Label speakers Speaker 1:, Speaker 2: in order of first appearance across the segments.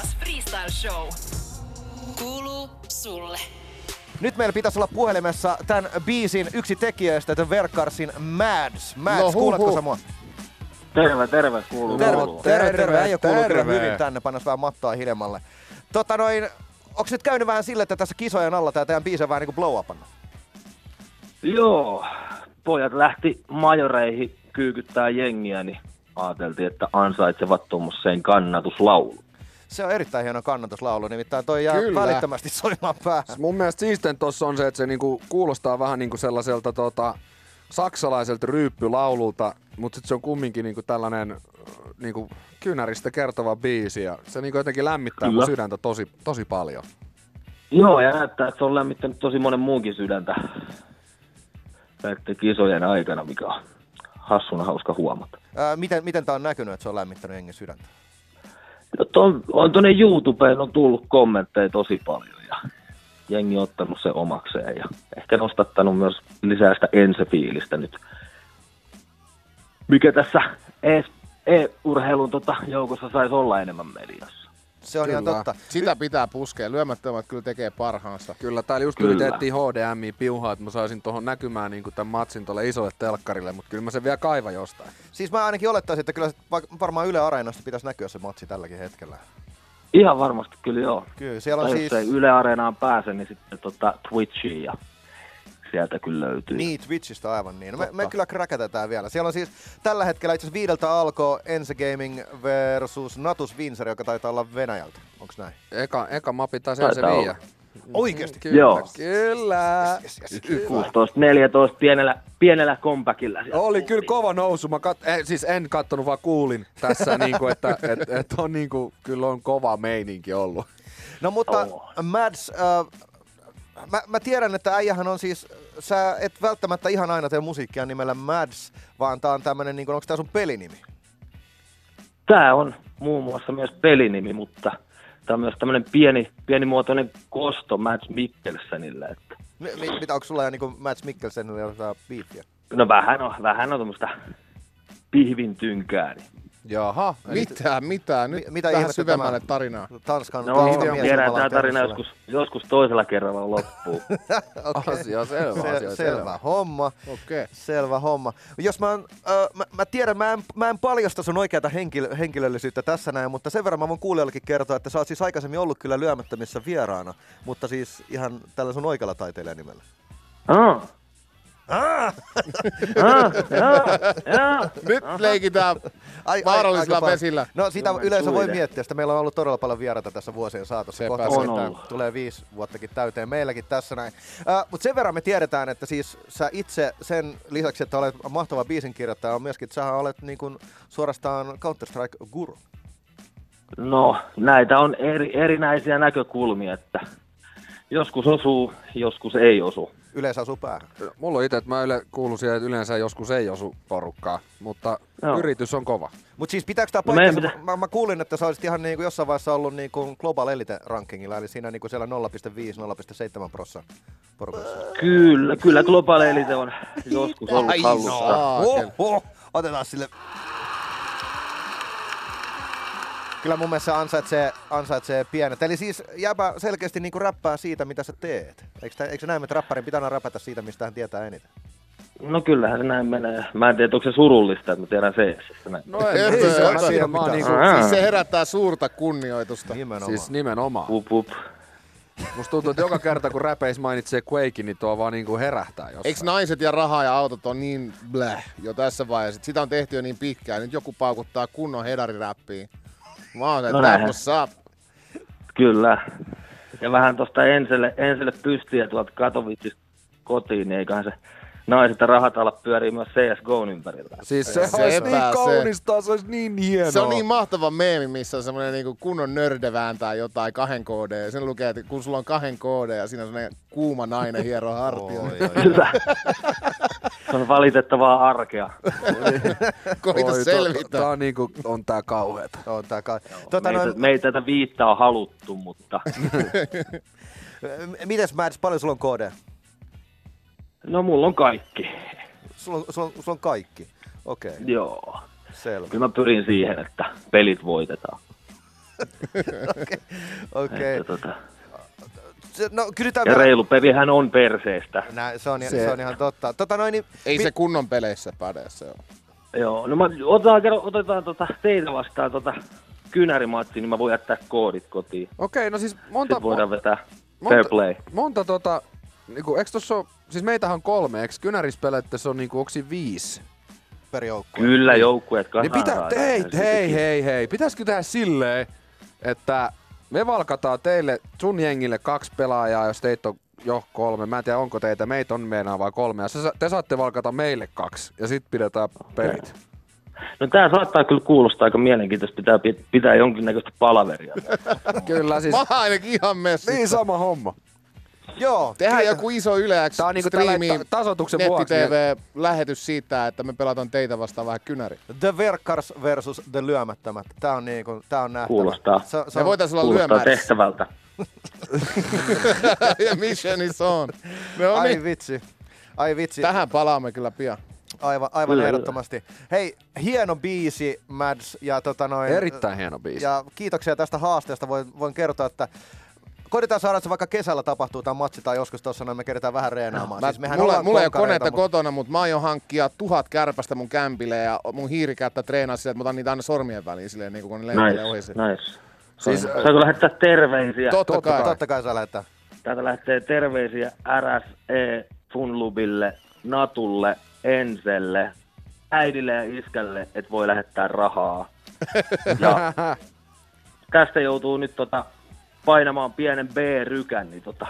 Speaker 1: Iskelmän show. Kuuluu sulle.
Speaker 2: Nyt meillä pitäisi olla puhelimessa tämän biisin yksi tekijöistä, The Verkarsin Mads. Mads,
Speaker 3: No, huh,
Speaker 2: kuuletko
Speaker 3: huh.
Speaker 2: sä mua?
Speaker 4: Terve, terve, kuuluu.
Speaker 2: Terve,
Speaker 4: kuuluu.
Speaker 2: terve,
Speaker 3: Terve,
Speaker 2: terve. Äijä kuuluu kyllä
Speaker 3: terve.
Speaker 2: hyvin tänne, pannas vähän mattaa hiljemmalle. Tota noin, onks nyt käynyt vähän sille, että tässä kisojen alla tää teidän biisi on vähän niinku blow upannut?
Speaker 4: Joo, pojat lähti majoreihin kyykyttää jengiä, niin ajateltiin, että ansaitsevat tuommoiseen kannatuslaulu.
Speaker 2: Se on erittäin hieno kannatuslaulu, nimittäin toi jää
Speaker 3: Kyllä.
Speaker 2: välittömästi soimaan päähän.
Speaker 3: Siis Mun mielestä siisten tossa on se, että se niinku kuulostaa vähän niinku sellaiselta tota, saksalaiselta ryyppylaululta, mutta sitten se on kumminkin niinku tällainen äh, niinku kynäristä kertova biisi ja se niinku jotenkin lämmittää mun
Speaker 4: Kyllä.
Speaker 3: sydäntä tosi, tosi paljon.
Speaker 4: Joo, ja näyttää, että se on lämmittänyt tosi monen muunkin sydäntä näiden kisojen aikana, mikä on hassuna hauska huomata.
Speaker 2: Ää, miten, miten tää on näkynyt, että se on lämmittänyt jengin sydäntä?
Speaker 4: No, ton, on tuonne YouTubeen on tullut kommentteja tosi paljon ja jengi on ottanut sen omakseen ja ehkä nostattanut myös lisää sitä ensefiilistä nyt. Mikä tässä ES- e-urheilun tota, joukossa saisi olla enemmän mediassa.
Speaker 2: Se on ihan
Speaker 5: Kyllä.
Speaker 2: totta.
Speaker 5: Sitä pitää puskea. Lyömättömät kyllä tekee parhaansa.
Speaker 3: Kyllä, täällä just
Speaker 4: Kyllä.
Speaker 3: yritettiin HDMI piuhaa, että mä saisin tuohon näkymään niinku tämän matsin tuolle isolle telkkarille, mutta kyllä mä sen vielä kaiva jostain.
Speaker 2: Siis mä ainakin olettaisin, että kyllä se vaik- varmaan Yle Areenasta pitäisi näkyä se matsi tälläkin hetkellä.
Speaker 4: Ihan varmasti kyllä joo.
Speaker 2: Kyllä, siellä
Speaker 4: Tai
Speaker 2: on
Speaker 4: Jos
Speaker 2: siis...
Speaker 4: ei Yle Areenaan pääse, niin sitten tota Twitchiin ja sieltä kyllä löytyy.
Speaker 2: Niin, Twitchistä aivan niin. No Me, me kyllä kräkätetään vielä. Siellä on siis tällä hetkellä itse asiassa viideltä alkoi Ense Gaming versus Natus Vinsari, joka taitaa olla Venäjältä. Onks näin?
Speaker 3: Eka, eka mapi tai se
Speaker 4: Taitaa
Speaker 3: viiä.
Speaker 2: Oikeesti?
Speaker 3: Kyllä,
Speaker 4: Joo.
Speaker 3: kyllä.
Speaker 2: Yes, yes, yes.
Speaker 4: 16-14 pienellä, pienellä kompakilla.
Speaker 2: No
Speaker 4: siellä
Speaker 3: Oli kyllä
Speaker 4: tultiin.
Speaker 3: kova nousu. Mä kat... eh, siis en kattonut, vaan kuulin tässä, niinku, että et, et on niinku, kyllä on kova meininki ollut.
Speaker 2: No mutta
Speaker 4: Joo.
Speaker 2: Mads, äh, mä, mä tiedän, että äijähän on siis, sä et välttämättä ihan aina tee musiikkia nimellä Mads, vaan tää on tämmönen, niin onko tää sun pelinimi?
Speaker 4: Tämä on muun muassa myös pelinimi, mutta tämä on myös tämmöinen pieni, pienimuotoinen kosto Mads Mikkelsenille. Että
Speaker 2: Mi- mi- Mitä, onko sulla jo niin Mads Mikkelsenillä jotain biifiä?
Speaker 4: no vähän on, vähän on tuommoista pihvin tynkää. Niin.
Speaker 3: Jaha.
Speaker 5: Mitä, mitä?
Speaker 2: Mi-
Speaker 5: Nyt
Speaker 2: mitä
Speaker 5: mitä tähän
Speaker 2: ihmettä
Speaker 5: syvemmälle
Speaker 2: tämä on?
Speaker 5: tarinaa.
Speaker 2: Tanskan,
Speaker 4: No,
Speaker 2: Tanskan mies, joka
Speaker 4: tiedän
Speaker 2: laittaa
Speaker 4: tämä tarina
Speaker 2: sulle.
Speaker 4: joskus, joskus toisella kerralla loppuun.
Speaker 2: Okei.
Speaker 3: Asia selvä,
Speaker 2: Se- selvä
Speaker 3: asia selvä.
Speaker 2: homma.
Speaker 5: Okei.
Speaker 2: Selvä homma. Jos mä, oon, ö, mä, mä tiedän, mä en, mä en paljasta sun oikeata henkilö, henkilöllisyyttä tässä näin, mutta sen verran mä voin kuulijoillekin kertoa, että sä oot siis aikaisemmin ollut kyllä lyömättömissä vieraana, mutta siis ihan tällä sun oikealla taiteilijan nimellä.
Speaker 4: Ah. Ah, ah, ah.
Speaker 5: Nyt leikitään vaarallisilla
Speaker 2: aika paljon.
Speaker 5: vesillä.
Speaker 2: No sitä
Speaker 4: Kyllä,
Speaker 2: yleensä voi
Speaker 4: suiden.
Speaker 2: miettiä, sitä meillä on ollut todella paljon vieraita tässä vuosien saatossa.
Speaker 5: Sepä
Speaker 2: Kohta
Speaker 4: On
Speaker 5: se.
Speaker 4: ollut.
Speaker 2: tulee viisi vuottakin täyteen meilläkin tässä näin. Äh, Mutta sen verran me tiedetään, että siis sä itse sen lisäksi, että olet mahtava biisinkirjoittaja, on myöskin, että sähän olet niin kuin suorastaan Counter-Strike-guru.
Speaker 4: No, näitä on eri, erinäisiä näkökulmia, että joskus osuu, joskus ei osu.
Speaker 2: Yleensä asuu päähän.
Speaker 3: Mulla on itse, että mä yle, kuulun siihen, että yleensä joskus ei osu porukkaa, mutta
Speaker 4: Joo.
Speaker 3: yritys on kova.
Speaker 2: Mutta siis pitääkö tämä
Speaker 4: No meidän
Speaker 2: paikkansa? mä, mä, mä, kuulin, että sä olisit ihan niin kuin jossain vaiheessa ollut niin kuin Global Elite rankingilla, eli siinä niin kuin siellä 0,5-0,7 prossa porukassa.
Speaker 4: Kyllä, kyllä globaali elite on joskus ollut hallussa.
Speaker 2: Oh, oh. Otetaan sille. Kyllä mun mielestä se ansaitsee, ansaitsee pienet. Eli siis jäbä selkeästi niinku räppää siitä, mitä sä teet. Eikö, tä, eikö se näin, että räppärin pitää aina räpätä siitä, mistä hän tietää eniten?
Speaker 4: No kyllähän se näin menee. Mä en tiedä, onko se surullista, että mä tiedän se. se näin.
Speaker 3: No en,
Speaker 5: Ei
Speaker 3: ei,
Speaker 5: se
Speaker 3: se
Speaker 5: ole
Speaker 3: on siinä,
Speaker 2: siinä
Speaker 3: mä oon
Speaker 2: mitään.
Speaker 3: niinku,
Speaker 4: Ää.
Speaker 5: Siis se herättää suurta kunnioitusta.
Speaker 2: Nimenomaan.
Speaker 3: siis nimenomaan.
Speaker 4: Up, up.
Speaker 3: Musta tuntuu, että joka kerta kun räpeis mainitsee Quake, niin tuo vaan niinku herähtää jossain.
Speaker 5: Eikö naiset ja raha ja autot on niin bläh jo tässä vaiheessa? että Sitä on tehty jo niin pitkään. Nyt joku paukuttaa kunnon hedariräppiin. Mä oon
Speaker 4: No
Speaker 5: no
Speaker 4: näinhän.
Speaker 5: tarkossa.
Speaker 4: Kyllä. Ja vähän tuosta enselle, enselle pystiä tuolta Katowicista kotiin, niin eiköhän se naiset ja rahat ala pyörii myös CSGOn ympärillä.
Speaker 3: Siis se
Speaker 5: Sepä
Speaker 3: olisi niin
Speaker 5: se.
Speaker 3: kaunista, se olisi niin hienoa.
Speaker 5: Se on niin mahtava meemi, missä on semmoinen niinku kunnon nörde vääntää jotain kahden koodeja. Ja sen lukee, että kun sulla on kahden koodeja ja siinä on semmoinen kuuma nainen niin hiero hartioon.
Speaker 4: Kyllä. Se on valitettavaa arkea.
Speaker 5: Koita
Speaker 3: Tää
Speaker 5: selvittää.
Speaker 3: on, niinku, on tää kauheeta.
Speaker 2: On tää ka-
Speaker 4: Tota,
Speaker 2: tota,
Speaker 4: meitä,
Speaker 2: noin,
Speaker 4: me ei tätä viittaa ole haluttu, mutta...
Speaker 2: m- mites Mads, paljon sulla on koodeja?
Speaker 4: No mulla on kaikki.
Speaker 2: Sulla on, sulla on, sulla on kaikki. Okei, okay,
Speaker 4: Joo.
Speaker 2: selvä.
Speaker 4: Kyllä mä pyrin siihen, että pelit voitetaan.
Speaker 2: Okei.
Speaker 4: Että, tota,
Speaker 2: Se- No kysytään
Speaker 4: ja
Speaker 2: vielä.
Speaker 4: reilu pelihän on perseestä.
Speaker 2: Nä, se, on, se.
Speaker 5: Se-
Speaker 2: se on ihan totta. Tota noin, niin,
Speaker 5: Ei
Speaker 2: mi-
Speaker 5: se kunnon peleissä päde, se on.
Speaker 4: Joo, no mä otetaan, kerro- otetaan tota, teitä vastaan tota, kynärimatsi, niin mä voin jättää koodit kotiin.
Speaker 3: Okei, no siis monta...
Speaker 4: Sitten voidaan vetää
Speaker 3: monta-
Speaker 4: fair play.
Speaker 3: Monta tota, niinku, eikö tossa ole, siis meitähän on kolme, eikö kynärispeleitte se on niinku, onko siinä viisi?
Speaker 2: per joukkue.
Speaker 4: Kyllä joukkueet
Speaker 3: Niin
Speaker 4: kasaan
Speaker 3: pitä,
Speaker 4: saadaan.
Speaker 3: hei,
Speaker 4: Ja
Speaker 3: hei,
Speaker 4: sitten-
Speaker 3: hei, hei, pitäisikö tehdä silleen, että me valkataan teille, sun jengille kaksi pelaajaa, jos teitä on jo kolme. Mä en tiedä, onko teitä, meitä on meinaa vai kolme. Ja se, sa- te saatte valkata meille kaksi, ja sit pidetään pelit.
Speaker 4: No tää saattaa kyllä kuulostaa aika mielenkiintoista, pitää, pit- pitää jonkinnäköistä palaveria.
Speaker 3: Kyllä siis,
Speaker 5: Mä oon ainakin ihan messi.
Speaker 3: niin sama homma.
Speaker 2: Joo.
Speaker 5: Tehdään joku iso Yle X
Speaker 3: Tää on niinku
Speaker 5: striimi,
Speaker 3: tällainen ta- tasoituksen vuoksi,
Speaker 5: netti-tv-lähetys siitä, että me pelataan teitä vastaan vähän kynäri.
Speaker 2: The Verkars versus The Lyömättömät. Tää on, niinku, tää on nähtävä.
Speaker 4: Kuulostaa.
Speaker 2: Se, se
Speaker 5: Me
Speaker 2: on,
Speaker 5: voitais olla
Speaker 4: Kuulostaa
Speaker 5: lyömärissä.
Speaker 4: tehtävältä.
Speaker 5: ja mission is on. No
Speaker 2: ai
Speaker 5: niin,
Speaker 2: vitsi. Ai vitsi.
Speaker 5: tähän palaamme kyllä pian.
Speaker 2: Aivan, aivan
Speaker 4: Kyllä,
Speaker 2: ehdottomasti. Hei, hieno biisi, Mads. Ja tota noin,
Speaker 3: Erittäin hieno biisi.
Speaker 2: Ja kiitoksia tästä haasteesta. Voin, voin kertoa, että koitetaan saada, että se vaikka kesällä tapahtuu tämä matsi tai joskus tuossa, noin me kerätään vähän reenaamaan.
Speaker 5: Mä,
Speaker 2: siis mehän
Speaker 5: mulla,
Speaker 2: ollaan
Speaker 5: mulla ei ole
Speaker 2: konkareita,
Speaker 5: koneita mut... kotona, mutta mä aion hankkia tuhat kärpästä mun kämpille ja mun hiirikäyttä treenaa sillä, että mä otan niitä aina sormien väliin silleen, niin kun ne lentelee ohi.
Speaker 4: Nice,
Speaker 5: sen.
Speaker 4: nice.
Speaker 3: Siis,
Speaker 4: Siis, Saanko lähettää terveisiä?
Speaker 5: Totta
Speaker 2: Totta kai.
Speaker 5: kai.
Speaker 2: Totta kai saa lähettää.
Speaker 4: Täältä lähtee terveisiä RSE Funlubille, Natulle, Enselle, äidille ja iskälle, että voi lähettää rahaa. Ja tästä joutuu nyt tota, painamaan pienen B-rykän, niin tota,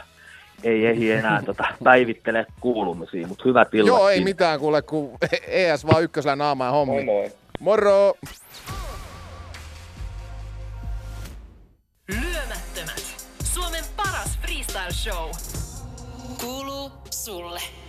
Speaker 4: ei ehdi enää tota, päivittele kuulumisia, mutta hyvä tilanne.
Speaker 5: Joo, ei mitään kuule, kun ES vaan ykkösellä naamaa ja hommi.
Speaker 4: Moi moi.
Speaker 5: Moro!
Speaker 1: Lyömättömät. Suomen paras freestyle show. Kuuluu sulle.